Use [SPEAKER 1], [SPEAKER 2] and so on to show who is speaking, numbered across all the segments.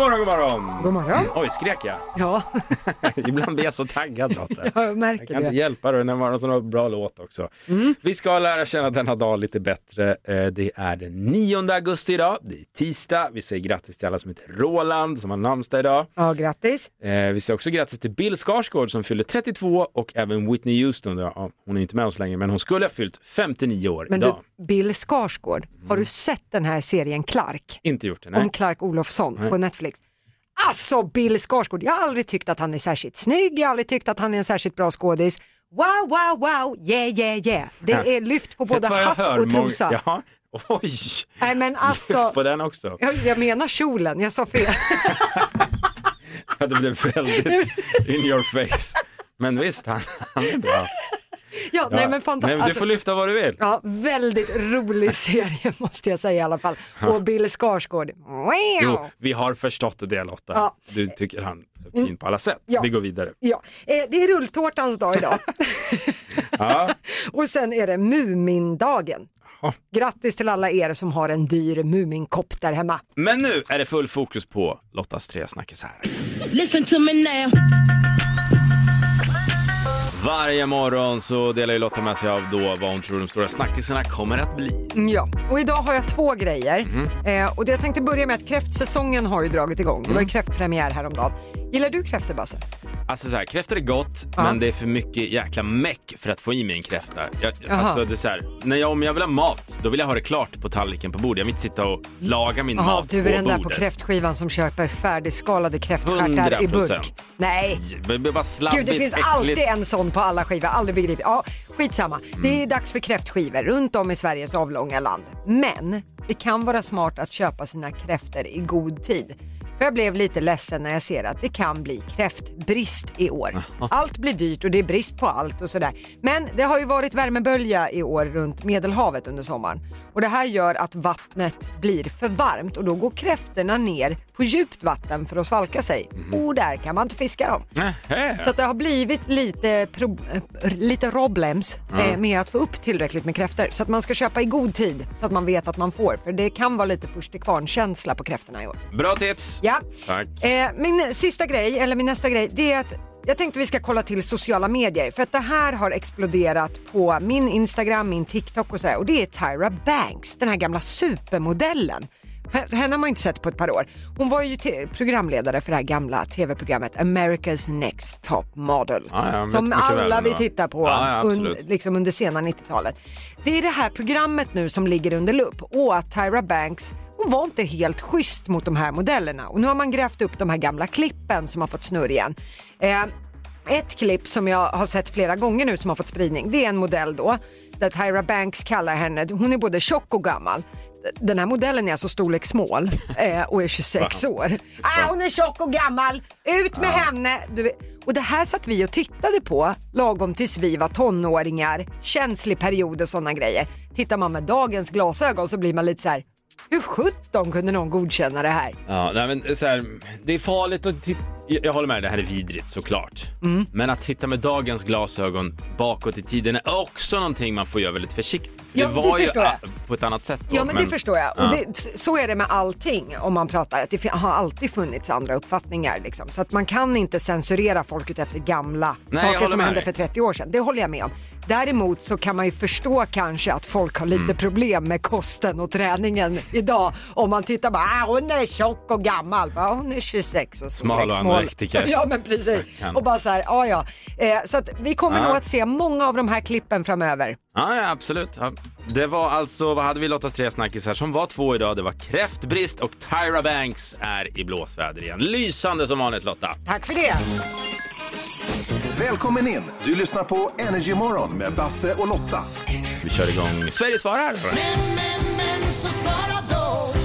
[SPEAKER 1] morgon, god morgon!
[SPEAKER 2] God morgon.
[SPEAKER 1] Oj, skrek jag?
[SPEAKER 2] Ja,
[SPEAKER 1] Ibland blir jag så taggad, Lotta.
[SPEAKER 2] jag
[SPEAKER 1] Jag
[SPEAKER 2] märker
[SPEAKER 1] kan inte
[SPEAKER 2] det.
[SPEAKER 1] hjälpa det, den var en sån här bra låt också.
[SPEAKER 2] Mm.
[SPEAKER 1] Vi ska lära känna denna dag lite bättre. Eh, Det är den 9 augusti idag, det är tisdag. Vi säger grattis till alla som heter Roland som har namnsdag idag.
[SPEAKER 2] Ja, grattis.
[SPEAKER 1] Eh, Vi säger också grattis till Bill Skarsgård som fyller 32 och även Whitney Houston. Ja, hon är inte med oss längre men hon skulle ha fyllt 59 år
[SPEAKER 2] Men
[SPEAKER 1] idag.
[SPEAKER 2] du, Bill Skarsgård, har du sett den här serien Clark?
[SPEAKER 1] Inte gjort det, Mm. nej.
[SPEAKER 2] Om Clark Olofsson på Netflix. Alltså Bill Skarsgård, jag har aldrig tyckt att han är särskilt snygg, jag har aldrig tyckt att han är en särskilt bra skådis. Wow, wow, wow, yeah, yeah, yeah. Det
[SPEAKER 1] Ja.
[SPEAKER 2] är lyft på
[SPEAKER 1] Vet
[SPEAKER 2] både
[SPEAKER 1] vad jag hör?
[SPEAKER 2] hatt och
[SPEAKER 1] Många-
[SPEAKER 2] trosa.
[SPEAKER 1] Ja. Oj,
[SPEAKER 2] Nej men alltså,
[SPEAKER 1] lyft på den också.
[SPEAKER 2] jag, jag menar kjolen, jag sa fel.
[SPEAKER 1] Ja, det blev väldigt in your face. Men visst, han, han är bra.
[SPEAKER 2] Ja,
[SPEAKER 1] Ja.
[SPEAKER 2] nej men
[SPEAKER 1] Nej,
[SPEAKER 2] fantastiskt.
[SPEAKER 1] men du får lyfta vad du vill.
[SPEAKER 2] Ja, väldigt rolig serie måste jag säga i alla fall. Och Bill Skarsgård.
[SPEAKER 1] Jo, vi har förstått det Lotta.
[SPEAKER 2] Ja. Mm.
[SPEAKER 1] Du tycker han är fin på alla sätt.
[SPEAKER 2] Ja.
[SPEAKER 1] Vi går vidare.
[SPEAKER 2] Ja, eh, det är rulltårtans dag idag.
[SPEAKER 1] Ja.
[SPEAKER 2] och sen är det Mumindagen.
[SPEAKER 1] Jaha.
[SPEAKER 2] Grattis till alla er som har en dyr Muminkopp där hemma.
[SPEAKER 1] Men nu är det full fokus på Lottas tre snackisar.
[SPEAKER 3] Listen to me now.
[SPEAKER 1] Varje morgon så delar ju Lotta med sig av då vad hon tror de stora snackisarna kommer att bli.
[SPEAKER 2] Mm, Ja, och idag har jag två grejer. Eh, och det jag tänkte börja med att kräftsäsongen har ju dragit igång. Det var ju kräftpremiär häromdagen. Gillar du kräftor Basse?
[SPEAKER 1] Alltså så här, kräftor är gott
[SPEAKER 2] Ja.
[SPEAKER 1] men det är för mycket jäkla meck för att få i mig en kräfta. Jag,
[SPEAKER 2] Jaha.
[SPEAKER 1] alltså det är så här, när jag, om jag vill ha mat då vill jag ha det klart på tallriken på bordet. Jag vill inte sitta och laga min
[SPEAKER 2] Jaha,
[SPEAKER 1] mat
[SPEAKER 2] du är
[SPEAKER 1] på
[SPEAKER 2] den där
[SPEAKER 1] bordet.
[SPEAKER 2] på kräftskivan som köper färdigskalade kräftstjärtar i
[SPEAKER 1] 100%.
[SPEAKER 2] burk. Nej,
[SPEAKER 1] Det blir bara
[SPEAKER 2] Gud,
[SPEAKER 1] slabbigt,
[SPEAKER 2] det finns alltid en sån på alla skivor, aldrig begripit. Ja, skitsamma. Det är dags för kräftskivor runt om i Sveriges avlånga land. Men det kan vara smart att köpa sina kräftor i god tid. För jag blev lite ledsen när jag ser att det kan bli kräftbrist i år. Allt blir dyrt och det är brist på allt och sådär. Men det har ju varit värmebölja i år runt Medelhavet under sommaren. Och det här gör att vattnet blir för varmt och då går kräftorna ner på djupt vatten för att svalka sig. Och där kan man inte fiska dem.
[SPEAKER 1] Nähä.
[SPEAKER 2] Så att det har blivit lite, pro- eh, lite problems eh, med att få upp tillräckligt med kräftor. Så att man ska köpa i god tid så att man vet att man får. För det kan vara lite först till kvarn-känsla på kräftorna i år.
[SPEAKER 1] Bra tips!
[SPEAKER 2] Ja.
[SPEAKER 1] Tack.
[SPEAKER 2] Eh, min sista grej, eller min nästa grej, det är att jag tänkte vi ska kolla till sociala medier för att det här har exploderat på min Instagram, min TikTok och sådär och det är Tyra Banks, den här gamla supermodellen. H- Henne har man inte sett på ett par år. Hon var ju te- programledare för det här gamla tv-programmet America's Next Top Model.
[SPEAKER 1] Ja, ja, jag vet
[SPEAKER 2] som
[SPEAKER 1] mycket väl
[SPEAKER 2] alla
[SPEAKER 1] vem det
[SPEAKER 2] vi
[SPEAKER 1] var.
[SPEAKER 2] tittar på
[SPEAKER 1] Ja, ja,
[SPEAKER 2] un,
[SPEAKER 1] absolut.
[SPEAKER 2] liksom under sena 90-talet. Det är det här programmet nu som ligger under lupp och att Tyra Banks hon var inte helt schysst mot de här modellerna och nu har man grävt upp de här gamla klippen som har fått snurr igen. Eh, ett klipp som jag har sett flera gånger nu som har fått spridning det är en modell då där Tyra Banks kallar henne, hon är både tjock och gammal. Den här modellen är alltså storlek small eh, och är 26 år. Ah, hon är tjock och gammal, ut med henne! Du, vet- och det här satt vi och tittade på lagom tills vi var tonåringar, känslig period och sådana grejer. Tittar man med dagens glasögon så blir man lite så här, hur sjutton kunde någon godkänna det här?
[SPEAKER 1] Ja, nej, men så här, det är farligt att titta. Jag jag håller med, det här är vidrigt såklart.
[SPEAKER 2] Mm.
[SPEAKER 1] Men att titta med dagens glasögon bakåt i tiden är också någonting man får göra väldigt försiktigt.
[SPEAKER 2] Ja,
[SPEAKER 1] det
[SPEAKER 2] det
[SPEAKER 1] var ju
[SPEAKER 2] förstår jag.
[SPEAKER 1] ah, på ett annat sätt då,
[SPEAKER 2] Ja men, det förstår jag. Och det, s- så är det med allting om man pratar. Att det fin- har alltid funnits andra uppfattningar. Liksom. Så att man kan inte censurera folk efter gamla
[SPEAKER 1] Nej, jag
[SPEAKER 2] saker
[SPEAKER 1] håller
[SPEAKER 2] som
[SPEAKER 1] med
[SPEAKER 2] hände
[SPEAKER 1] dig.
[SPEAKER 2] för 30 år sedan. Det håller jag med om. Däremot så kan man ju förstå kanske att folk har
[SPEAKER 1] Mm.
[SPEAKER 2] lite problem med kosten och träningen idag. Om man tittar bara, ah, hon är tjock och gammal. Bara, hon är 26 och
[SPEAKER 1] Smal och anorektiker.
[SPEAKER 2] Ja men precis.
[SPEAKER 1] Stackarn.
[SPEAKER 2] Och bara så här, ja ja. Eh, så att vi kommer
[SPEAKER 1] Ja.
[SPEAKER 2] nog att se många av de här klippen framöver.
[SPEAKER 1] Ja, ja absolut. Ja. Det var alltså, vad hade vi Lottas tre snackisar som var två idag? Det var kräftbrist och Tyra Banks är i blåsväder igen. Lysande som vanligt Lotta.
[SPEAKER 2] Tack för det.
[SPEAKER 4] Välkommen in! Du lyssnar på Energy Morgon med Basse och Lotta.
[SPEAKER 1] Vi kör igång Sverige svarar.
[SPEAKER 3] Men, men, men så svara då.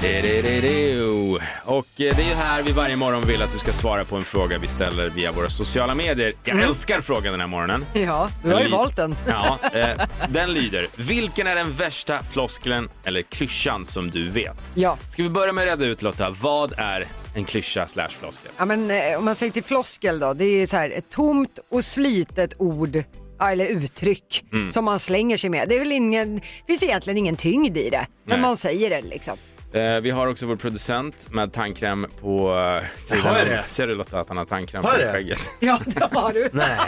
[SPEAKER 1] Di-di-di-di-o. Och eh, det är här vi varje morgon vill att du ska svara på en fråga vi ställer via våra sociala medier. Jag älskar frågan den här morgonen.
[SPEAKER 2] Ja, Mm. du har ju
[SPEAKER 1] lyd-
[SPEAKER 2] valt den.
[SPEAKER 1] Ja, eh, den lyder. Vilken är den värsta floskeln eller klyschan som du vet?
[SPEAKER 2] Ja.
[SPEAKER 1] Ska vi börja med att reda ut Lotta, vad är en klyscha slash floskel?
[SPEAKER 2] Ja, men, eh, om man säger till floskel då, det är så här ett tomt och slitet ord ja, eller uttryck
[SPEAKER 5] Mm.
[SPEAKER 2] som man slänger sig med. Det är väl ingen, det finns egentligen ingen tyngd i det,
[SPEAKER 1] Nej.
[SPEAKER 2] men man säger det liksom.
[SPEAKER 1] Eh, vi har också vår producent med tandkräm på eh, sidan.
[SPEAKER 5] Har jag
[SPEAKER 1] av-
[SPEAKER 5] det?
[SPEAKER 1] Ser du Lotta att han har tandkräm
[SPEAKER 5] Har
[SPEAKER 1] på
[SPEAKER 5] jag det?
[SPEAKER 1] skägget?
[SPEAKER 2] Ja, det har du.
[SPEAKER 5] Nej.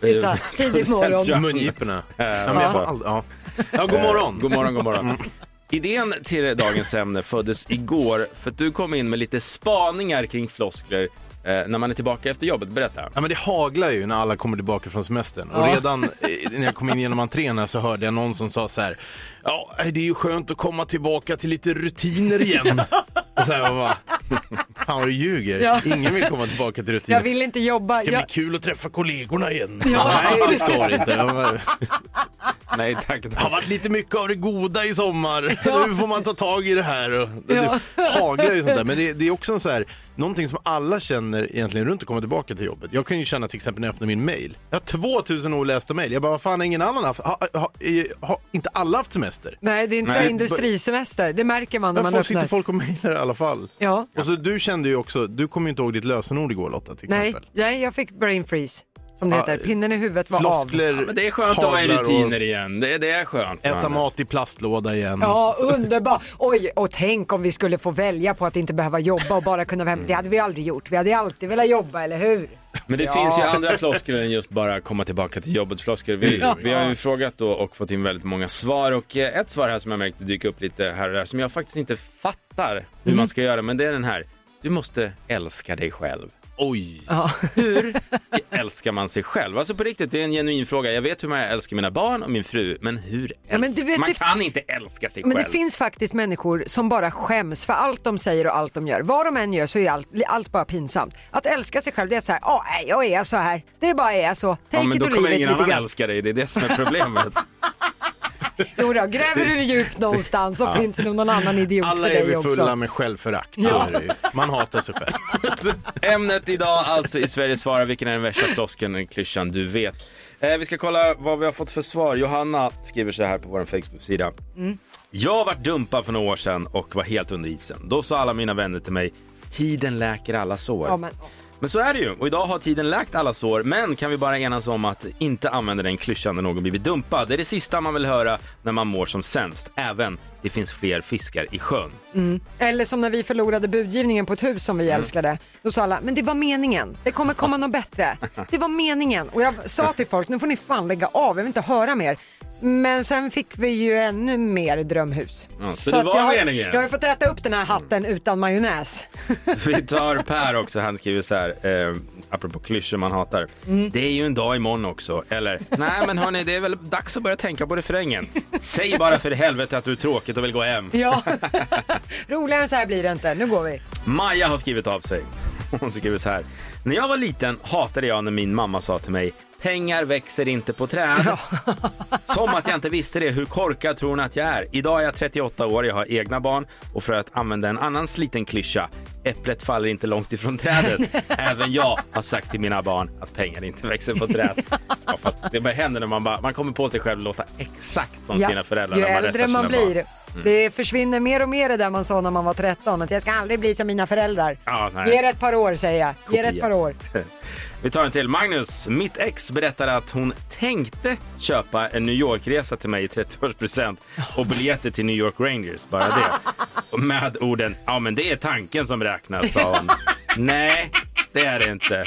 [SPEAKER 2] Titta, tidig
[SPEAKER 1] Producent
[SPEAKER 2] morgon.
[SPEAKER 1] Johannes.
[SPEAKER 5] Mungiporna.
[SPEAKER 1] Eh,
[SPEAKER 5] Ja, men jag Mm.
[SPEAKER 1] så.
[SPEAKER 5] sa ald- ja. ja, god morgon.
[SPEAKER 1] God morgon, god morgon. Idén till dagens ämne föddes igår för att du kom in med lite spaningar kring floskler eh, när man är tillbaka efter jobbet. Berätta.
[SPEAKER 5] Ja, men det haglar ju när alla kommer tillbaka från semestern. Och redan eh, när jag kom in genom entrén här så hörde jag någon som sa så här. Ja, det är ju skönt att komma tillbaka till lite rutiner igen. Och så här, jag bara, fan vad du ljuger.
[SPEAKER 2] Ja.
[SPEAKER 5] Ingen vill komma tillbaka till rutiner.
[SPEAKER 2] Jag vill inte jobba.
[SPEAKER 5] Det ska
[SPEAKER 2] Jag,
[SPEAKER 5] bli kul att träffa kollegorna igen. Nej, det ska det inte. Jag bara, Det
[SPEAKER 1] Nej, tack.
[SPEAKER 5] har varit lite mycket av det goda i sommar. Nu får man ta tag i det här. Och det, det haglar ju sånt där. Men det, det är också en så här, någonting som alla känner egentligen runt att komma tillbaka till jobbet. Jag kan ju känna till exempel när jag öppnar min mail. Jag har 2000 olästa mejl. Jag bara, vad fan har ingen annan haft? Har ha, eh, har inte alla haft semester?
[SPEAKER 2] nej, det är inte så
[SPEAKER 1] Nej.
[SPEAKER 2] här industrisemester. Det märker man när man
[SPEAKER 5] Varför sitter
[SPEAKER 2] öppnar.
[SPEAKER 5] folk och mejlar i alla fall?
[SPEAKER 2] Ja.
[SPEAKER 5] Och så du kände ju också, du kommer ju inte ihåg ditt lösenord igår Lotta till
[SPEAKER 2] Nej,
[SPEAKER 5] exempel.
[SPEAKER 2] nej, jag fick brain freeze, som det
[SPEAKER 5] Ja,
[SPEAKER 2] heter. Pinnen i huvudet var av.
[SPEAKER 5] Floskler,
[SPEAKER 1] Men det är skönt att vara i
[SPEAKER 5] haglar och
[SPEAKER 1] rutiner igen. Det, det är skönt.
[SPEAKER 5] Äta
[SPEAKER 1] Johannes.
[SPEAKER 5] mat i plastlåda igen.
[SPEAKER 2] Ja, underbart. Oj, och tänk om vi skulle få välja på att inte behöva jobba och bara kunna vara
[SPEAKER 5] Mm.
[SPEAKER 2] hemma. Det hade vi aldrig gjort. Vi hade ju alltid velat jobba, eller hur?
[SPEAKER 1] Men det finns ju andra floskler än just bara komma tillbaka till jobbet floskler. Vi, vi har ju frågat då och fått in väldigt många svar och eh, ett svar här som jag märkte dyka upp lite här och där som jag faktiskt inte fattar hur
[SPEAKER 2] Mhm.
[SPEAKER 1] man ska göra men det är den här. Du måste älska dig själv.
[SPEAKER 5] Oj!
[SPEAKER 1] Hur älskar man sig själv? Alltså på riktigt, det är en genuin fråga. Jag vet hur man älskar mina barn och min fru, men hur
[SPEAKER 2] Ja, men du
[SPEAKER 1] älsk-
[SPEAKER 2] vet,
[SPEAKER 1] Man
[SPEAKER 2] det-
[SPEAKER 1] kan inte älska sig
[SPEAKER 2] Men det
[SPEAKER 1] själv.
[SPEAKER 2] finns faktiskt människor som bara skäms för allt de säger och allt de gör. Vad de än gör så är allt, allt bara pinsamt. Att älska sig själv det är så här, ja nej, jag är så här. Det är bara är jag så.
[SPEAKER 1] ja,
[SPEAKER 2] Take
[SPEAKER 1] men
[SPEAKER 2] it
[SPEAKER 1] då
[SPEAKER 2] or
[SPEAKER 1] kommer
[SPEAKER 2] leave it
[SPEAKER 1] ingen
[SPEAKER 2] lite
[SPEAKER 1] annan
[SPEAKER 2] grann.
[SPEAKER 1] älska dig. Det är det som är problemet.
[SPEAKER 2] Jo då, gräver du djupt någonstans så finns det nog någon annan idiot
[SPEAKER 5] Alla
[SPEAKER 2] för
[SPEAKER 5] är
[SPEAKER 2] dig
[SPEAKER 5] vi fulla
[SPEAKER 2] också.
[SPEAKER 5] med självförakt. Så är det ju. Man hatar sig själv.
[SPEAKER 1] Ämnet idag, alltså i Sverige svarar vilken är den värsta floskeln eller klyschan du vet. Eh, vi ska kolla vad vi har fått för svar. Johanna skriver så här på vår Facebook-sida.
[SPEAKER 2] Mm.
[SPEAKER 1] Jag var dumpad för några år sedan och var helt under isen. Då sa alla mina vänner till mig, tiden läker alla sår.
[SPEAKER 2] Ja, men,
[SPEAKER 1] Men så är det ju. Och idag har tiden läkt alla sår. Men kan vi bara enas om att inte använda den klyschan när någon blivit dumpad. Det är det sista man vill höra när man mår som sämst. Även det finns fler fiskar i sjön.
[SPEAKER 2] Eller som när vi förlorade budgivningen på ett hus som vi
[SPEAKER 1] Mm.
[SPEAKER 2] älskade. Då sa alla, men det var meningen. Det kommer komma något bättre. Det var meningen. Och jag sa till folk, nu får ni fan lägga av, jag vill inte höra mer. Men sen fick vi ju ännu mer drömhus.
[SPEAKER 1] Ja, så det
[SPEAKER 2] att
[SPEAKER 1] var
[SPEAKER 2] jag, har-
[SPEAKER 1] meningen. Mm.
[SPEAKER 2] jag har ju fått äta upp den här hatten utan majonnäs.
[SPEAKER 1] Vi tar Per också, han skriver så här, eh, apropå klyschor man hatar. Det är ju en dag imorgon också. Eller, nej men hörni, det är väl dags att börja tänka på refrängen. Säg bara för i helvete att du är tråkigt och vill gå hem.
[SPEAKER 2] Ja, roligare än så här blir det inte. Nu går vi.
[SPEAKER 1] Maja har skrivit av sig. Hon skriver så här. När jag var liten hatade jag när min mamma sa till mig Pengar växer inte på träd. Som att jag inte visste det. Hur korkad tror hon att jag är? Idag är jag 38 år, jag har egna barn och för att använda en annan sliten klyscha, äpplet faller inte långt ifrån trädet. Även jag har sagt till mina barn att pengar inte växer på träd. Ja, fast det bara händer när man, bara, man kommer på sig själv låta exakt som sina föräldrar
[SPEAKER 2] ju
[SPEAKER 1] när man
[SPEAKER 2] äldre
[SPEAKER 1] rättar sina
[SPEAKER 2] man
[SPEAKER 1] barn. Mm.
[SPEAKER 2] blir. Det försvinner mer och mer det där man sa när man var 13, att jag ska aldrig bli som mina föräldrar.
[SPEAKER 1] Ja, nej.
[SPEAKER 2] Ge det ett par år säger jag. Ge det ett
[SPEAKER 1] Kopia.
[SPEAKER 2] par år.
[SPEAKER 1] Vi tar en till. Magnus, mitt ex berättade att hon tänkte köpa en New York-resa till mig i 30-årspresent och biljetter till New York Rangers, bara det. Och Med orden, ja men det är tanken som räknas, sa hon. Nej, det är det inte.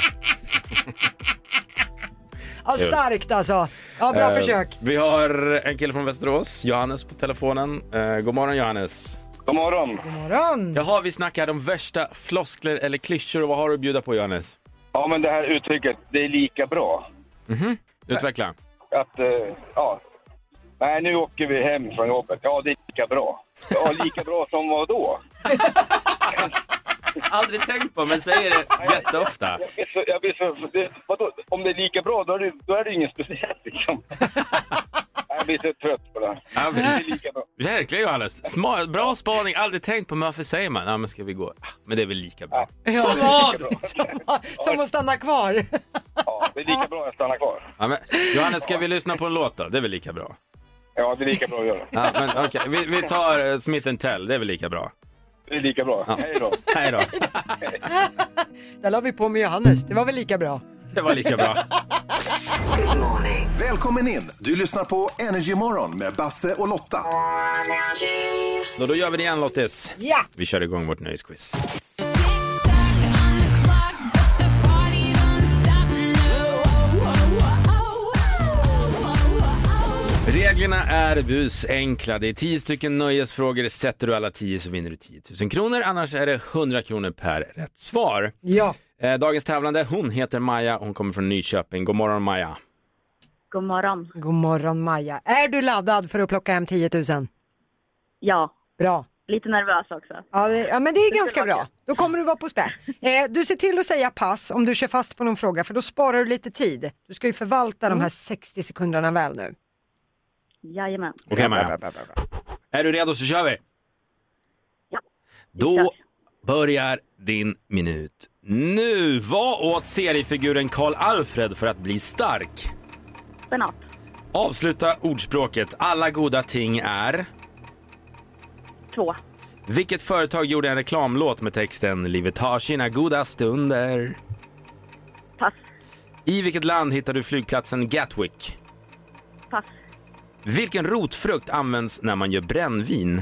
[SPEAKER 2] Ja, starkt alltså. Ja,
[SPEAKER 1] Eh,
[SPEAKER 2] bra försök.
[SPEAKER 1] Vi har en kille från Västerås, Johannes på telefonen. Eh, god morgon Johannes.
[SPEAKER 6] God morgon.
[SPEAKER 2] Morgon.
[SPEAKER 1] Jaha, vi snackar de värsta floskler eller klyschor. Vad har du att bjuda på Johannes?
[SPEAKER 6] Ja, men det här uttrycket, det är lika bra.
[SPEAKER 1] Utveckla.
[SPEAKER 6] Att, eh, ja. Nej, nu åker vi hem från jobbet. Ja, det är lika bra. Ja, lika bra som vad då?
[SPEAKER 1] Aldrig tänkt på, men säger det jätteofta.
[SPEAKER 6] Jag blir så, jag blir så, det, vadå? Om det är lika bra, då är det, då är det ingen speciellt liksom. Nej, jag blir så trött på det här.
[SPEAKER 1] Ja,
[SPEAKER 6] Det är lika bra.
[SPEAKER 1] Verkligen Johannes. Sma- bra spaning. Aldrig tänkt på men varför säger man? Ja, men ska vi gå? Ah, Men det är väl lika bra.
[SPEAKER 2] Ja.
[SPEAKER 1] Som vad?
[SPEAKER 2] Som, som att stanna kvar.
[SPEAKER 6] Ja, det är lika bra att jag stannar kvar.
[SPEAKER 1] Ja, men, Johannes, ska vi lyssna på en låt då? Det är väl lika bra?
[SPEAKER 6] Ja, det är lika bra att göra.
[SPEAKER 1] Ja, men, okej. vi, vi tar eh, Smith Tell, det är väl lika bra?
[SPEAKER 6] Det är lika bra. Hej då.
[SPEAKER 1] Nej då,
[SPEAKER 2] Där la vi på med Johannes, det var väl lika bra.
[SPEAKER 1] det var lika bra.
[SPEAKER 4] Välkommen in! Du lyssnar på Energy Morgon med Basse och Lotta.
[SPEAKER 1] Då, då gör vi det igen Lottis.
[SPEAKER 2] Ja!
[SPEAKER 1] Vi kör igång vårt nöjesquiz. Reglerna är busenkla. Det är 10 stycken nöjesfrågor. Sätter du alla 10 så vinner du 10 000 kronor. Annars är det 100 kronor per rätt svar.
[SPEAKER 2] Ja.
[SPEAKER 1] Eh, Dagens tävlande, hon heter Maja. Hon kommer från Nyköping. God morgon Maja.
[SPEAKER 7] God morgon.
[SPEAKER 2] God morgon Maja. Är du laddad för att plocka hem 10 000?
[SPEAKER 7] Ja,
[SPEAKER 2] Bra.
[SPEAKER 7] lite nervös också.
[SPEAKER 2] Ja, det, ja men det är ganska
[SPEAKER 7] tillbaka.
[SPEAKER 2] bra. Då kommer du vara på spä. Eh, du ser till att säga pass om du kör fast på någon fråga för då sparar du lite tid. Du ska ju förvalta de här 60 sekunderna väl nu.
[SPEAKER 7] Jajamän.
[SPEAKER 1] Okej Maja. Är du redo så kör vi.
[SPEAKER 7] Ja.
[SPEAKER 1] Då börjar din minut nu. Vad åt seriefiguren Karl Alfred för att bli stark?
[SPEAKER 7] Spenat.
[SPEAKER 1] Avsluta ordspråket alla goda ting är.
[SPEAKER 7] Två.
[SPEAKER 1] Vilket företag gjorde en reklamlåt med texten Livet har sina goda stunder?
[SPEAKER 7] Pass.
[SPEAKER 1] I vilket land hittar du flygplatsen Gatwick?
[SPEAKER 7] Pass.
[SPEAKER 1] Vilken rotfrukt används när man gör brännvin?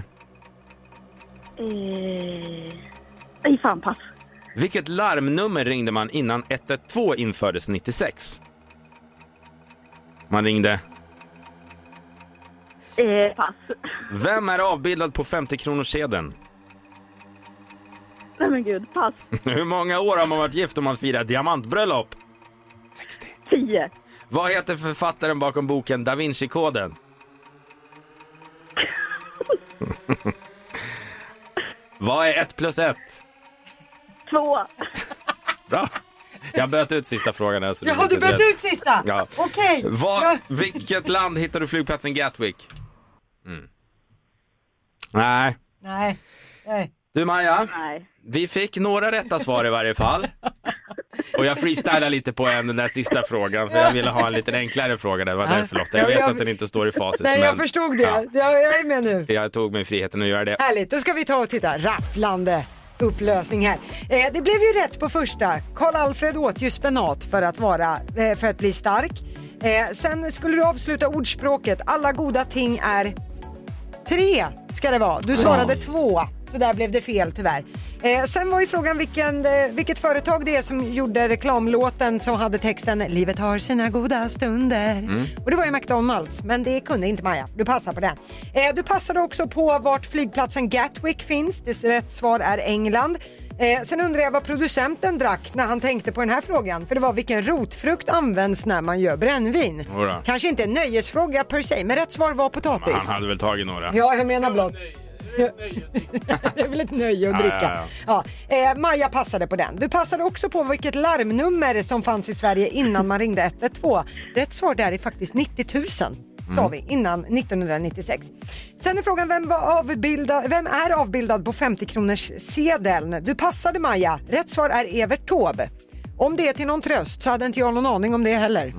[SPEAKER 7] Eh... Ej, fan pass.
[SPEAKER 1] Vilket larmnummer ringde man innan 112 infördes 96? Man ringde.
[SPEAKER 7] Eh, pass.
[SPEAKER 1] Vem är avbildad på 50-kronorssedeln?
[SPEAKER 7] Nej men gud, pass.
[SPEAKER 1] Hur många år har man varit gift om man firar diamantbröllop? 60.
[SPEAKER 7] Tio.
[SPEAKER 1] Vad heter författaren bakom boken Da Vinci-koden? Vad är 1 plus 1?
[SPEAKER 7] Två.
[SPEAKER 1] Bra. Jag böt ut sista frågan. Här, så
[SPEAKER 2] Jaha,
[SPEAKER 1] fick
[SPEAKER 2] du
[SPEAKER 1] ett
[SPEAKER 2] böt
[SPEAKER 1] rätt.
[SPEAKER 2] ut sista?
[SPEAKER 1] Ja.
[SPEAKER 2] Okej.
[SPEAKER 1] Var, vilket land hittar du flygplatsen Gatwick? Mm. Nej.
[SPEAKER 2] Nej. Nej.
[SPEAKER 1] Du Maja,
[SPEAKER 7] Nej.
[SPEAKER 1] vi fick några rätta svar i varje fall. Och jag freestylade lite på en, den där sista frågan för jag ville ha en lite enklare fråga. där. Det var därför Lotta. Jag
[SPEAKER 2] Ja,
[SPEAKER 1] vet
[SPEAKER 2] jag-
[SPEAKER 1] att den inte står i facit.
[SPEAKER 2] Nej, jag
[SPEAKER 1] men-
[SPEAKER 2] förstod det.
[SPEAKER 1] Ja,
[SPEAKER 2] Jag, jag är med nu.
[SPEAKER 1] jag tog mig friheten att göra det.
[SPEAKER 2] Härligt, då ska vi ta och titta. Rafflande upplösning här. Eh, det blev ju rätt på första. Karl Alfred åt ju spenat för att, vara, eh, för att bli stark. Eh, sen skulle du avsluta ordspråket alla goda ting är tre ska det vara. Du svarade två, så där blev det fel tyvärr. Eh, sen var ju frågan vilken, eh, vilket företag det är som gjorde reklamlåten som hade texten Livet har sina goda stunder. Och det var ju McDonalds, men det kunde inte Maja. Du passar på den. Eh, du passade också på vart flygplatsen Gatwick finns. Det rätt svar är England. Eh, sen undrar jag vad producenten drack när han tänkte på den här frågan. För det var vilken rotfrukt används när man gör brännvin?
[SPEAKER 1] Jodå.
[SPEAKER 2] Kanske inte en nöjesfråga per se, men rätt svar var potatis.
[SPEAKER 1] Han hade väl tagit några.
[SPEAKER 2] Ja, jag menar blott. Det är väl ett nöje att
[SPEAKER 1] Ja,
[SPEAKER 2] dricka.
[SPEAKER 1] ja,
[SPEAKER 2] Ja, Eh, Maja passade på den. Du passade också på vilket larmnummer som fanns i Sverige innan man ringde 112. Rätt svar där är faktiskt 90 000
[SPEAKER 1] Mm.
[SPEAKER 2] sa vi, innan 1996. Sen är frågan, vem, var avbildad, vem är avbildad på 50-kronorssedeln? Du passade Maja. Rätt svar är Evert Taube. Om det är till någon tröst så hade inte jag någon aning om det heller.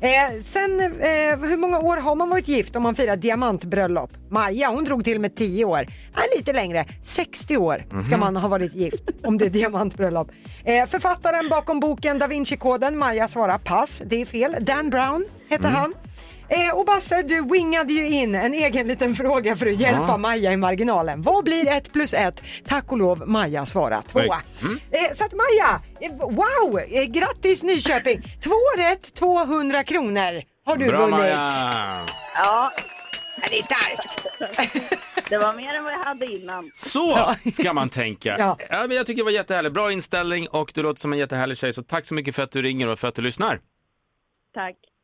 [SPEAKER 2] Eh, sen, eh, hur många år har man varit gift om man firar diamantbröllop? Maja, hon drog till med 10 år. Äh, lite längre, 60 år ska man ha varit gift om det är diamantbröllop. Eh, författaren bakom boken Da Vinci-koden, Maja svarar pass, det är fel. Dan Brown heter han. Eh, och Basse, du wingade ju in en egen liten fråga för att hjälpa Maja i marginalen. Vad blir 1 plus 1? Tack och lov Maja svarar 2.
[SPEAKER 1] Nej.
[SPEAKER 2] Eh, så att Maja, eh, wow! Eh, grattis Nyköping! Två rätt, 200 kronor har du
[SPEAKER 1] Bra
[SPEAKER 2] vunnit.
[SPEAKER 1] Maja!
[SPEAKER 7] Ja,
[SPEAKER 2] Ja, Det är starkt!
[SPEAKER 7] det var mer än vad jag hade innan.
[SPEAKER 1] Så ska man tänka. Ja.
[SPEAKER 2] Ja.
[SPEAKER 1] men jag tycker det var jättehärligt. Bra inställning och du låter som en jättehärlig tjej. Så tack så mycket för att du ringer och för att du lyssnar.
[SPEAKER 7] Tack.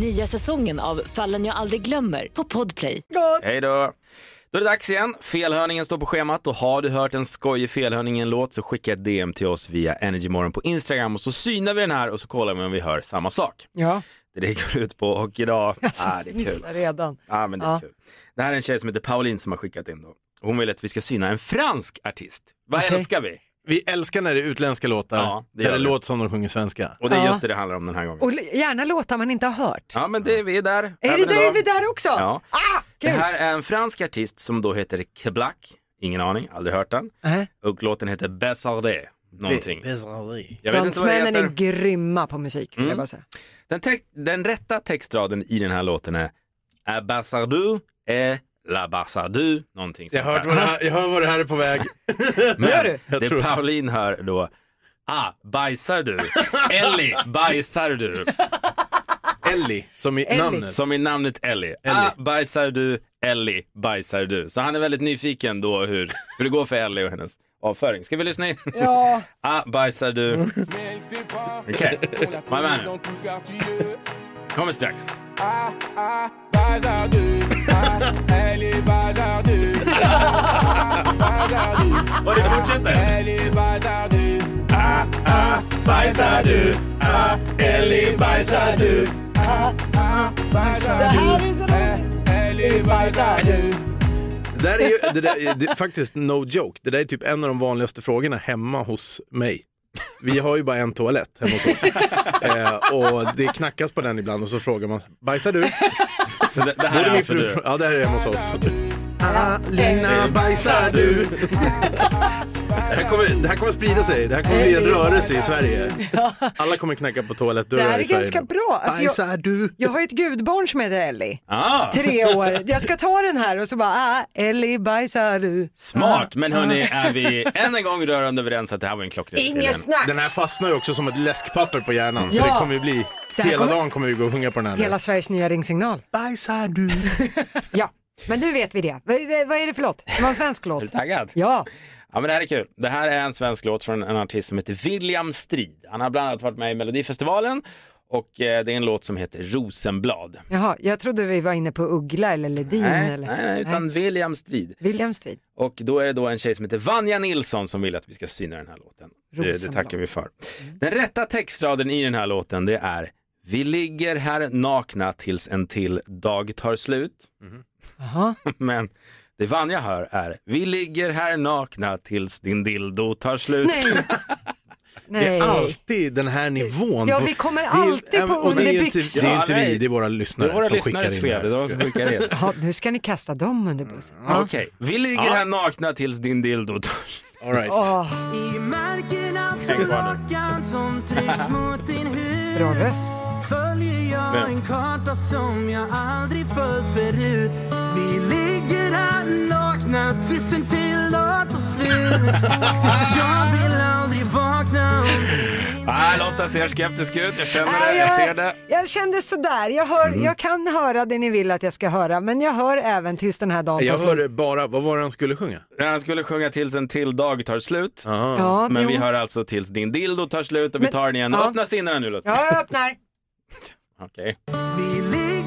[SPEAKER 8] Nya säsongen av Fallen jag aldrig glömmer på Podplay.
[SPEAKER 1] Hej då! Då är det dags igen. Felhörningen står på schemat och har du hört en skojig Felhörningen-låt så skicka ett DM till oss via Energymorgon på Instagram och så synar vi den här och så kollar vi om vi hör samma sak.
[SPEAKER 2] Ja.
[SPEAKER 1] Det är det jag går ut på och idag, ah, det är kul. alltså.
[SPEAKER 2] Redan.
[SPEAKER 1] Ja, men det är kul. Det här är en tjej som heter Pauline som har skickat in då. Hon vill att vi ska syna en fransk artist. Vad
[SPEAKER 5] Okej.
[SPEAKER 1] älskar vi?
[SPEAKER 5] Vi älskar när det är utländska låtar,
[SPEAKER 1] Ja, det
[SPEAKER 5] där
[SPEAKER 1] gör
[SPEAKER 5] det
[SPEAKER 1] vi.
[SPEAKER 5] låter som de sjunger svenska.
[SPEAKER 1] Och det är
[SPEAKER 2] Ja.
[SPEAKER 1] just det det handlar om den här gången.
[SPEAKER 2] Och l- gärna låtar man inte har hört.
[SPEAKER 1] Ja men det, vi är där.
[SPEAKER 2] Är
[SPEAKER 1] Även
[SPEAKER 2] det där,
[SPEAKER 1] idag.
[SPEAKER 2] är vi där också?
[SPEAKER 1] Ja.
[SPEAKER 2] Ah,
[SPEAKER 1] Det
[SPEAKER 2] kul.
[SPEAKER 1] här är en fransk artist som då heter Keblak. Ingen aning, aldrig hört den.
[SPEAKER 2] Nej.
[SPEAKER 1] Och låten heter Besardé. Någonting. Jag vet inte vad det
[SPEAKER 2] Fransmännen är
[SPEAKER 1] heter.
[SPEAKER 2] grymma på musik. vill Jag
[SPEAKER 1] Mm.
[SPEAKER 2] bara säga.
[SPEAKER 1] Den, te- den rätta textraden i den här låten är A Bassardu är La Bassardu. Någonting
[SPEAKER 5] Jag,
[SPEAKER 1] sånt
[SPEAKER 5] hört
[SPEAKER 1] där.
[SPEAKER 5] vad det här, jag hör vad det här är på väg.
[SPEAKER 1] Men
[SPEAKER 2] Gör du?
[SPEAKER 5] Jag
[SPEAKER 1] det
[SPEAKER 5] tror-
[SPEAKER 1] Pauline hör då Ah, bajsar du? Ellie, bajsar du?
[SPEAKER 5] Ellie, som i
[SPEAKER 2] Ellie.
[SPEAKER 5] namnet.
[SPEAKER 1] Som i namnet Ellie.
[SPEAKER 5] Ellie.
[SPEAKER 1] Ah, bajsar du, Ellie, bajsar du. Så han är väldigt nyfiken då hur, hur det går för Ellie och hennes avföring. Ska vi lyssna in?
[SPEAKER 2] Ja.
[SPEAKER 1] ah, bajsar du. Okej, var med nu. Kommer strax. Och det fortsätter. Bajsar du, ah, Ellie, bajsar du.
[SPEAKER 2] Det här är så roligt.
[SPEAKER 5] Det där är ju, det där, det, är faktiskt no joke, det där är typ en av de vanligaste frågorna hemma hos mig. Vi har ju bara en toalett hemma hos oss. Eh, och det knackas på den ibland och så frågar man, bajsar du?
[SPEAKER 1] Så det, det här
[SPEAKER 5] Både
[SPEAKER 1] är
[SPEAKER 5] min
[SPEAKER 1] alltså
[SPEAKER 5] fru,
[SPEAKER 1] du.
[SPEAKER 5] ja det här är hemma hos oss.
[SPEAKER 2] Lina,
[SPEAKER 5] bajsar du? Det här kommer, det här kommer sprida sig, det här kommer bli en rörelse i Sverige. Alla kommer knacka på
[SPEAKER 2] Det här
[SPEAKER 5] toalettdörrar
[SPEAKER 2] är
[SPEAKER 5] i Sverige.
[SPEAKER 2] ganska
[SPEAKER 5] nu.
[SPEAKER 2] bra. Alltså, jag,
[SPEAKER 5] Bajsar du?
[SPEAKER 2] jag har ju ett gudbarn som heter Ellie.
[SPEAKER 1] Ah,
[SPEAKER 2] Tre år. Jag ska ta den här och så bara, ah, Ellie bajsar du.
[SPEAKER 1] smart, men hörni, är vi än en gång rörande överens att det här var en klockren
[SPEAKER 2] Inget snack.
[SPEAKER 5] Den här fastnar ju också som ett läskpapper på hjärnan så
[SPEAKER 2] Ja.
[SPEAKER 5] det kommer ju bli,
[SPEAKER 2] Det här
[SPEAKER 5] hela
[SPEAKER 2] kommer-
[SPEAKER 5] dagen kommer vi gå och sjunga på den här nu.
[SPEAKER 2] Hela Sveriges nya ringsignal.
[SPEAKER 5] Bajsar du?
[SPEAKER 2] Ja, men nu vet vi det. Vad, vad- vad är det för låt? Det var en svensk låt.
[SPEAKER 1] Är du taggad?
[SPEAKER 2] Ja,
[SPEAKER 1] Ja men det här är kul. Det här är en svensk låt från en artist som heter William Strid. Han har bland annat varit med i Melodifestivalen och eh, det är en låt som heter Rosenblad.
[SPEAKER 2] jaha, jag trodde vi var inne på Uggla eller Ledin
[SPEAKER 1] Nej, nej,
[SPEAKER 2] eller
[SPEAKER 1] nej, utan William Strid.
[SPEAKER 2] William Strid.
[SPEAKER 1] Och då är det då en tjej som heter Vanja Nilsson som vill att vi ska syna den här låten. Det, det
[SPEAKER 2] Rosenblad. Mm.
[SPEAKER 1] tackar vi för. Den rätta textraden i den här låten det är Vi ligger här nakna tills en till dag tar slut.
[SPEAKER 2] Jaha.
[SPEAKER 1] Men det Vanja hör är Vi ligger här nakna tills din dildo tar slut.
[SPEAKER 2] Nej.
[SPEAKER 5] Det är
[SPEAKER 2] Nej.
[SPEAKER 5] alltid den här nivån.
[SPEAKER 2] Ja,
[SPEAKER 5] på-
[SPEAKER 2] vi kommer
[SPEAKER 5] Det är-
[SPEAKER 2] alltid
[SPEAKER 5] ja, men-
[SPEAKER 2] på
[SPEAKER 5] och det är ju inte-
[SPEAKER 2] underbyxor.
[SPEAKER 5] Det är inte
[SPEAKER 1] Ja, nej.
[SPEAKER 5] vi, det är våra
[SPEAKER 1] Det
[SPEAKER 5] lyssnare
[SPEAKER 1] är våra
[SPEAKER 5] som skickar
[SPEAKER 1] lyssnares
[SPEAKER 5] in det
[SPEAKER 1] fel, det är
[SPEAKER 5] här.
[SPEAKER 1] de som skickar in.
[SPEAKER 2] Jaha, nu ska ni kasta dem under bussen.
[SPEAKER 1] Okej, vi ligger här nakna tills din dildo tar slut.
[SPEAKER 5] All right.
[SPEAKER 2] Åh,
[SPEAKER 1] Häng kvar nu.
[SPEAKER 2] bra röst.
[SPEAKER 1] Men, ah, Lotta ser skeptisk ut, jag
[SPEAKER 2] Ah,
[SPEAKER 1] känner det, jag ser det.
[SPEAKER 2] jag kände sådär. Jag, hör, jag kan höra det ni vill att jag ska höra, men jag hör även tills den här dagen
[SPEAKER 5] Jag
[SPEAKER 2] tar slut.
[SPEAKER 5] hörde bara, vad var det han skulle sjunga?
[SPEAKER 1] När han skulle sjunga tills en till dag tar slut.
[SPEAKER 2] Ja,
[SPEAKER 1] Men
[SPEAKER 2] jo.
[SPEAKER 1] vi hör alltså tills din dildo tar slut och vi
[SPEAKER 2] Men-
[SPEAKER 1] tar den igen.
[SPEAKER 2] ja.
[SPEAKER 1] Öppna sinnena nu Lotta.
[SPEAKER 2] Ja, jag öppnar.
[SPEAKER 1] Okej.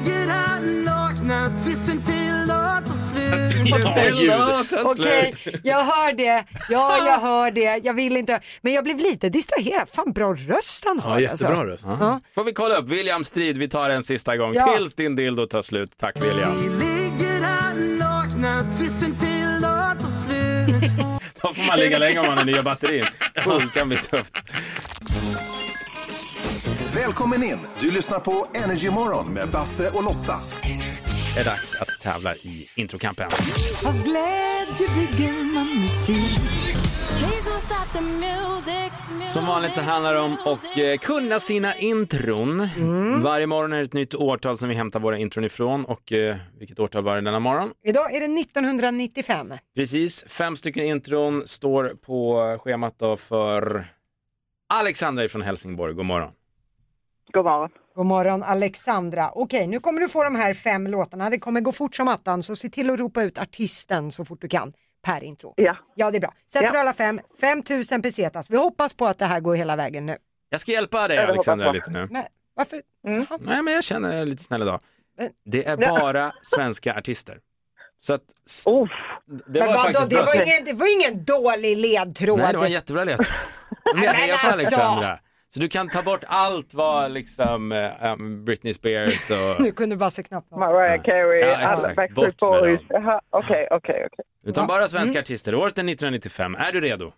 [SPEAKER 2] Okej, jag hör det. Ja, jag hör det. Jag vill inte. Men jag blev lite distraherad. Fan, bra röst han har.
[SPEAKER 5] Ja, jättebra
[SPEAKER 2] alltså.
[SPEAKER 5] röst.
[SPEAKER 2] Ja.
[SPEAKER 1] Får vi kolla upp William Strid, vi tar en sista gång.
[SPEAKER 2] Ja.
[SPEAKER 1] Tills din dildo tar slut. Tack William. Då får man ligga länge om man har nya batterin. Oh, det kan bli tufft.
[SPEAKER 4] Välkommen in! Du lyssnar på Energymorgon med Basse och Lotta.
[SPEAKER 1] Det är dags att tävla i introkampen.
[SPEAKER 9] Av glädje bygger man musik.
[SPEAKER 1] Som vanligt så handlar det om att eh, kunna sina intron. Varje morgon är det ett nytt årtal som vi hämtar våra intron ifrån och eh, vilket årtal var det denna morgon?
[SPEAKER 2] Idag är det 1995.
[SPEAKER 1] Precis, fem stycken intron står på schemat då för Alexandra från Helsingborg, god morgon.
[SPEAKER 7] God morgon.
[SPEAKER 2] God God morgon Alexandra. Okej, nu kommer du få de här fem låtarna. Det kommer gå fort som attan så se till att ropa ut artisten så fort du kan per intro.
[SPEAKER 7] Ja.
[SPEAKER 2] Ja, det är bra. Sätter
[SPEAKER 7] Ja.
[SPEAKER 2] du alla fem, 5000 pesetas. Vi hoppas på att det här går hela vägen nu.
[SPEAKER 1] Jag ska hjälpa dig
[SPEAKER 2] Ja, det hoppas
[SPEAKER 1] Alexandra
[SPEAKER 2] jag.
[SPEAKER 1] lite nu.
[SPEAKER 2] Men varför? Jaha.
[SPEAKER 1] Nej, men jag känner jag är lite snäll idag.
[SPEAKER 2] Men-
[SPEAKER 1] Det är
[SPEAKER 2] Ja.
[SPEAKER 1] bara svenska artister. Så att... Det var
[SPEAKER 2] Men vadå,
[SPEAKER 1] faktiskt
[SPEAKER 2] det,
[SPEAKER 1] bra.
[SPEAKER 2] var ingen, det var ingen dålig ledtråd.
[SPEAKER 1] Nej, det var en jättebra ledtråd. Men jag hejar på
[SPEAKER 2] alltså.
[SPEAKER 1] Alexandra. Så du kan ta bort allt vad liksom eh, um, Britney Spears och...
[SPEAKER 2] Nu kunde du bara se knappt någon.
[SPEAKER 10] Mariah Carey,
[SPEAKER 1] Ja,
[SPEAKER 10] alla
[SPEAKER 1] exakt.
[SPEAKER 10] Backstreet
[SPEAKER 1] Bort med
[SPEAKER 10] Boys. Jaha, Okej, okej, okej.
[SPEAKER 1] Utan
[SPEAKER 10] Ja.
[SPEAKER 1] bara svenska
[SPEAKER 10] Mm.
[SPEAKER 1] artister. Året är 1995. Är du redo?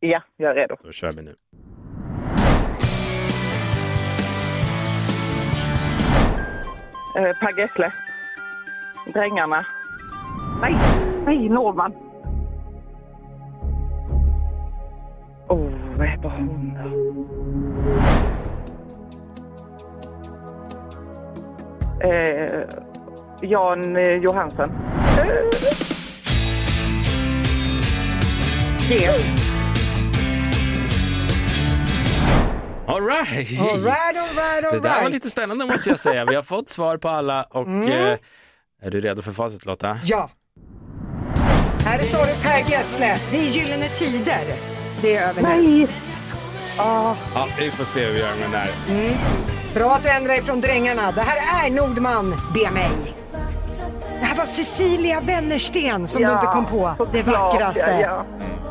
[SPEAKER 10] Ja, jag är redo.
[SPEAKER 1] Då kör vi nu.
[SPEAKER 10] Eh, per Gessle. Drängarna. Nej, nej, Norman. Åh, oh, vad heter hon då? Eh, Jan eh, Johansen. G.
[SPEAKER 1] All right.
[SPEAKER 2] All right, all right, all
[SPEAKER 1] Det där var
[SPEAKER 2] right. Mm.
[SPEAKER 1] lite spännande måste jag säga. Vi har fått svar på alla och eh, är du redo för facit Lotta?
[SPEAKER 2] Ja. Här sa du Per Gessle. Det är Gyllene Tider. Det är över Nej. Ah,
[SPEAKER 1] Ja, vi får se hur vi gör med den där.
[SPEAKER 2] mm. Bra att du ändrar dig från Drängarna. Det här är Nordman. Be mig. Det här var Cecilia Wennersten som du
[SPEAKER 10] Ja,
[SPEAKER 2] inte kom på. Det vackraste.
[SPEAKER 10] Ja,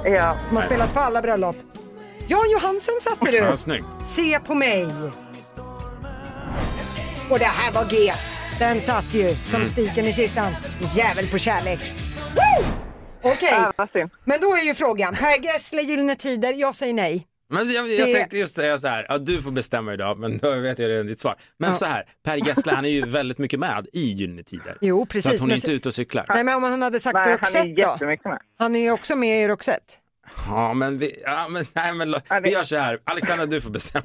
[SPEAKER 10] ja. ja.
[SPEAKER 2] Som har spelats på alla bröllop. Jan Johansen satte du.
[SPEAKER 1] Ja, snyggt.
[SPEAKER 2] Se på mig. Och det här var GES. Den satt ju som
[SPEAKER 1] Mm.
[SPEAKER 2] spiken i kistan. Jävel på kärlek. Woo! Okej, men då är ju frågan. Per Gessle, Gyllene Tider. Jag säger nej.
[SPEAKER 1] Men jag, jag
[SPEAKER 2] Det-
[SPEAKER 1] tänkte just säga så här, ja, du får bestämma idag, men då vet jag redan ditt svar. Men
[SPEAKER 2] Ja.
[SPEAKER 1] så här, Per Gessle han är ju väldigt mycket med i Gyllene Tider.
[SPEAKER 2] Jo,
[SPEAKER 1] Så att
[SPEAKER 2] precis,
[SPEAKER 1] hon är
[SPEAKER 2] men
[SPEAKER 1] inte
[SPEAKER 2] så-
[SPEAKER 1] ute och cyklar.
[SPEAKER 2] Nej, men om han hade sagt Roxette då? Han är ju också med i Roxette.
[SPEAKER 1] Ja, men vi, ja, men, nej, men, lo- vi gör så här, Alexandra du får bestämma.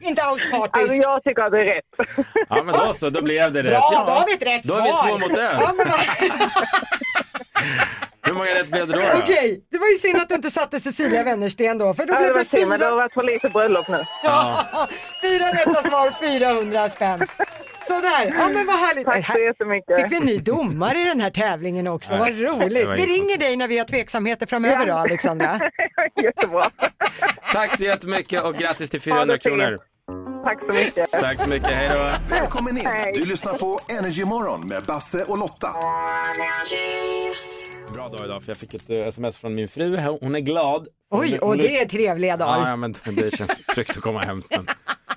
[SPEAKER 2] Inte alls partisk.
[SPEAKER 10] Alltså jag tycker att det är rätt.
[SPEAKER 1] Ja, men då så, då blev det
[SPEAKER 10] Bra,
[SPEAKER 1] rätt. Ja,
[SPEAKER 10] då har vi ett rätt
[SPEAKER 1] Då har vi
[SPEAKER 10] svar.
[SPEAKER 1] två mot en.
[SPEAKER 2] Ja, men vad-
[SPEAKER 1] Hur många rätt blev det då? då?
[SPEAKER 2] Okej, det var ju synd att du inte satte Cecilia Wennersten då, för då
[SPEAKER 10] Ja, det
[SPEAKER 2] blev
[SPEAKER 10] var
[SPEAKER 2] det
[SPEAKER 10] synd,
[SPEAKER 2] fyra,
[SPEAKER 10] men det har varit för lite bröllop nu.
[SPEAKER 1] Ja.
[SPEAKER 2] fyra rätta svar, 400 spänn. Sådär, ja men vad härligt.
[SPEAKER 10] Tack så
[SPEAKER 2] Äh, här
[SPEAKER 10] jättemycket.
[SPEAKER 2] Fick vi en ny domare i den här tävlingen också,
[SPEAKER 1] Nej,
[SPEAKER 2] vad
[SPEAKER 1] det var
[SPEAKER 2] roligt.
[SPEAKER 1] inget
[SPEAKER 2] Vi ringer dig när vi har tveksamheter framöver då,
[SPEAKER 10] Ja.
[SPEAKER 2] Alexandra.
[SPEAKER 1] Tack så jättemycket och grattis till 400 kronor.
[SPEAKER 10] Tack så mycket.
[SPEAKER 1] Tack så mycket, hej då.
[SPEAKER 4] Välkommen in!
[SPEAKER 10] Hej.
[SPEAKER 4] Du lyssnar på Energy Morgon med Basse och Lotta.
[SPEAKER 1] Bra dag idag, för jag fick ett eh, sms från min fru. Hon är glad.
[SPEAKER 2] Oj,
[SPEAKER 1] Hon- hon
[SPEAKER 2] och det
[SPEAKER 1] lys-
[SPEAKER 2] är trevliga
[SPEAKER 1] Ja,
[SPEAKER 2] dagar.
[SPEAKER 1] ja, men det känns tryggt att komma hem sen.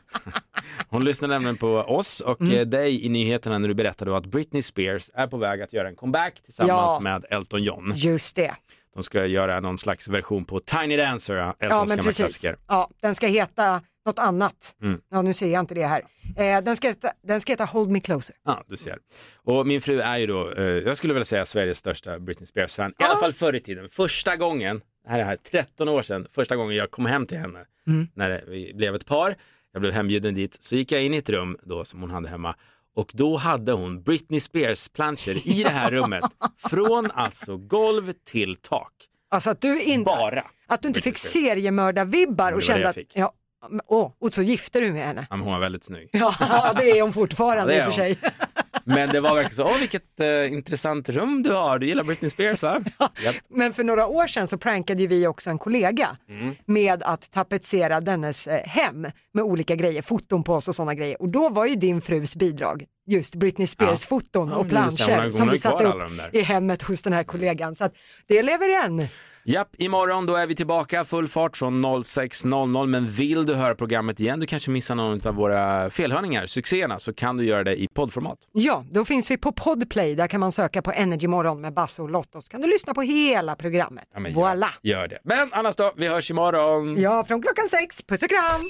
[SPEAKER 1] Hon lyssnar nämligen på oss och
[SPEAKER 2] Mm.
[SPEAKER 1] eh, dig i nyheterna när du berättade att Britney Spears är på väg att göra en comeback tillsammans
[SPEAKER 2] Ja.
[SPEAKER 1] med Elton John.
[SPEAKER 2] Just det.
[SPEAKER 1] De ska göra någon slags version på Tiny Dancer, Eltons
[SPEAKER 2] Ja, men
[SPEAKER 1] gamla
[SPEAKER 2] precis.
[SPEAKER 1] klassiker.
[SPEAKER 2] Ja, den ska heta något annat.
[SPEAKER 1] Mm.
[SPEAKER 2] Ja, nu ser jag inte det här. Eh, den, ska heta, den ska heta Hold Me Closer.
[SPEAKER 1] Ja, du ser. Och min fru är ju då, eh, jag skulle vilja säga Sveriges största Britney Spears-fan. I alla fall förr i tiden. Första gången, det här är här 13 år sedan, första gången jag kom hem till henne
[SPEAKER 11] Mm.
[SPEAKER 1] när vi blev ett par. Jag blev hembjuden dit, så gick jag in i ett rum då som hon hade hemma och då hade hon Britney Spears-planscher i det här rummet från alltså golv till tak.
[SPEAKER 2] Alltså att du inte,
[SPEAKER 1] Bara.
[SPEAKER 2] att du inte fick seriemördar-vibbar
[SPEAKER 1] det
[SPEAKER 2] och
[SPEAKER 1] var det
[SPEAKER 2] kände
[SPEAKER 1] jag
[SPEAKER 2] att,
[SPEAKER 1] fick.
[SPEAKER 2] ja, men- åh, och så gifte du med henne.
[SPEAKER 1] Ja, men hon var väldigt snygg.
[SPEAKER 2] Ja, det är hon fortfarande
[SPEAKER 1] Ja, det
[SPEAKER 2] i
[SPEAKER 1] är
[SPEAKER 2] och för sig.
[SPEAKER 1] Men det var verkligen så, åh vilket eh, intressant rum du har, du gillar Britney Spears va? Japp.
[SPEAKER 2] Men för några år sedan så prankade ju vi också en kollega
[SPEAKER 1] Mm.
[SPEAKER 2] med att tapetsera dennes eh, hem med olika grejer, foton på oss och sådana grejer. Och då var ju din frus bidrag just Britney Spears
[SPEAKER 1] Ja.
[SPEAKER 2] foton
[SPEAKER 1] Ja,
[SPEAKER 2] och
[SPEAKER 1] men det är så här, hon har-
[SPEAKER 2] planscher
[SPEAKER 1] hon
[SPEAKER 2] som
[SPEAKER 1] har
[SPEAKER 2] vi
[SPEAKER 1] ju
[SPEAKER 2] satte
[SPEAKER 1] kvar alla
[SPEAKER 2] upp
[SPEAKER 1] de där. Mm.
[SPEAKER 2] i hemmet hos den här kollegan. Så att det lever än.
[SPEAKER 1] Japp, imorgon då är vi tillbaka full fart från 06.00 men vill du höra programmet igen, du kanske missar någon av våra felhörningar, succéerna, så kan du göra det i poddformat.
[SPEAKER 2] Ja, då finns vi på Podplay. Där kan man söka på Energy Morgon med Basse och Lotta så kan du lyssna på hela programmet.
[SPEAKER 1] Ja, men gör-
[SPEAKER 2] Voilà!
[SPEAKER 1] Gör det. Men annars då, vi hörs imorgon.
[SPEAKER 2] Ja, från klockan sex. Puss och kram!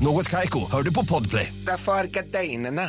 [SPEAKER 12] Något Kaiko, hör du på podplay.
[SPEAKER 4] Därför är gardinerna.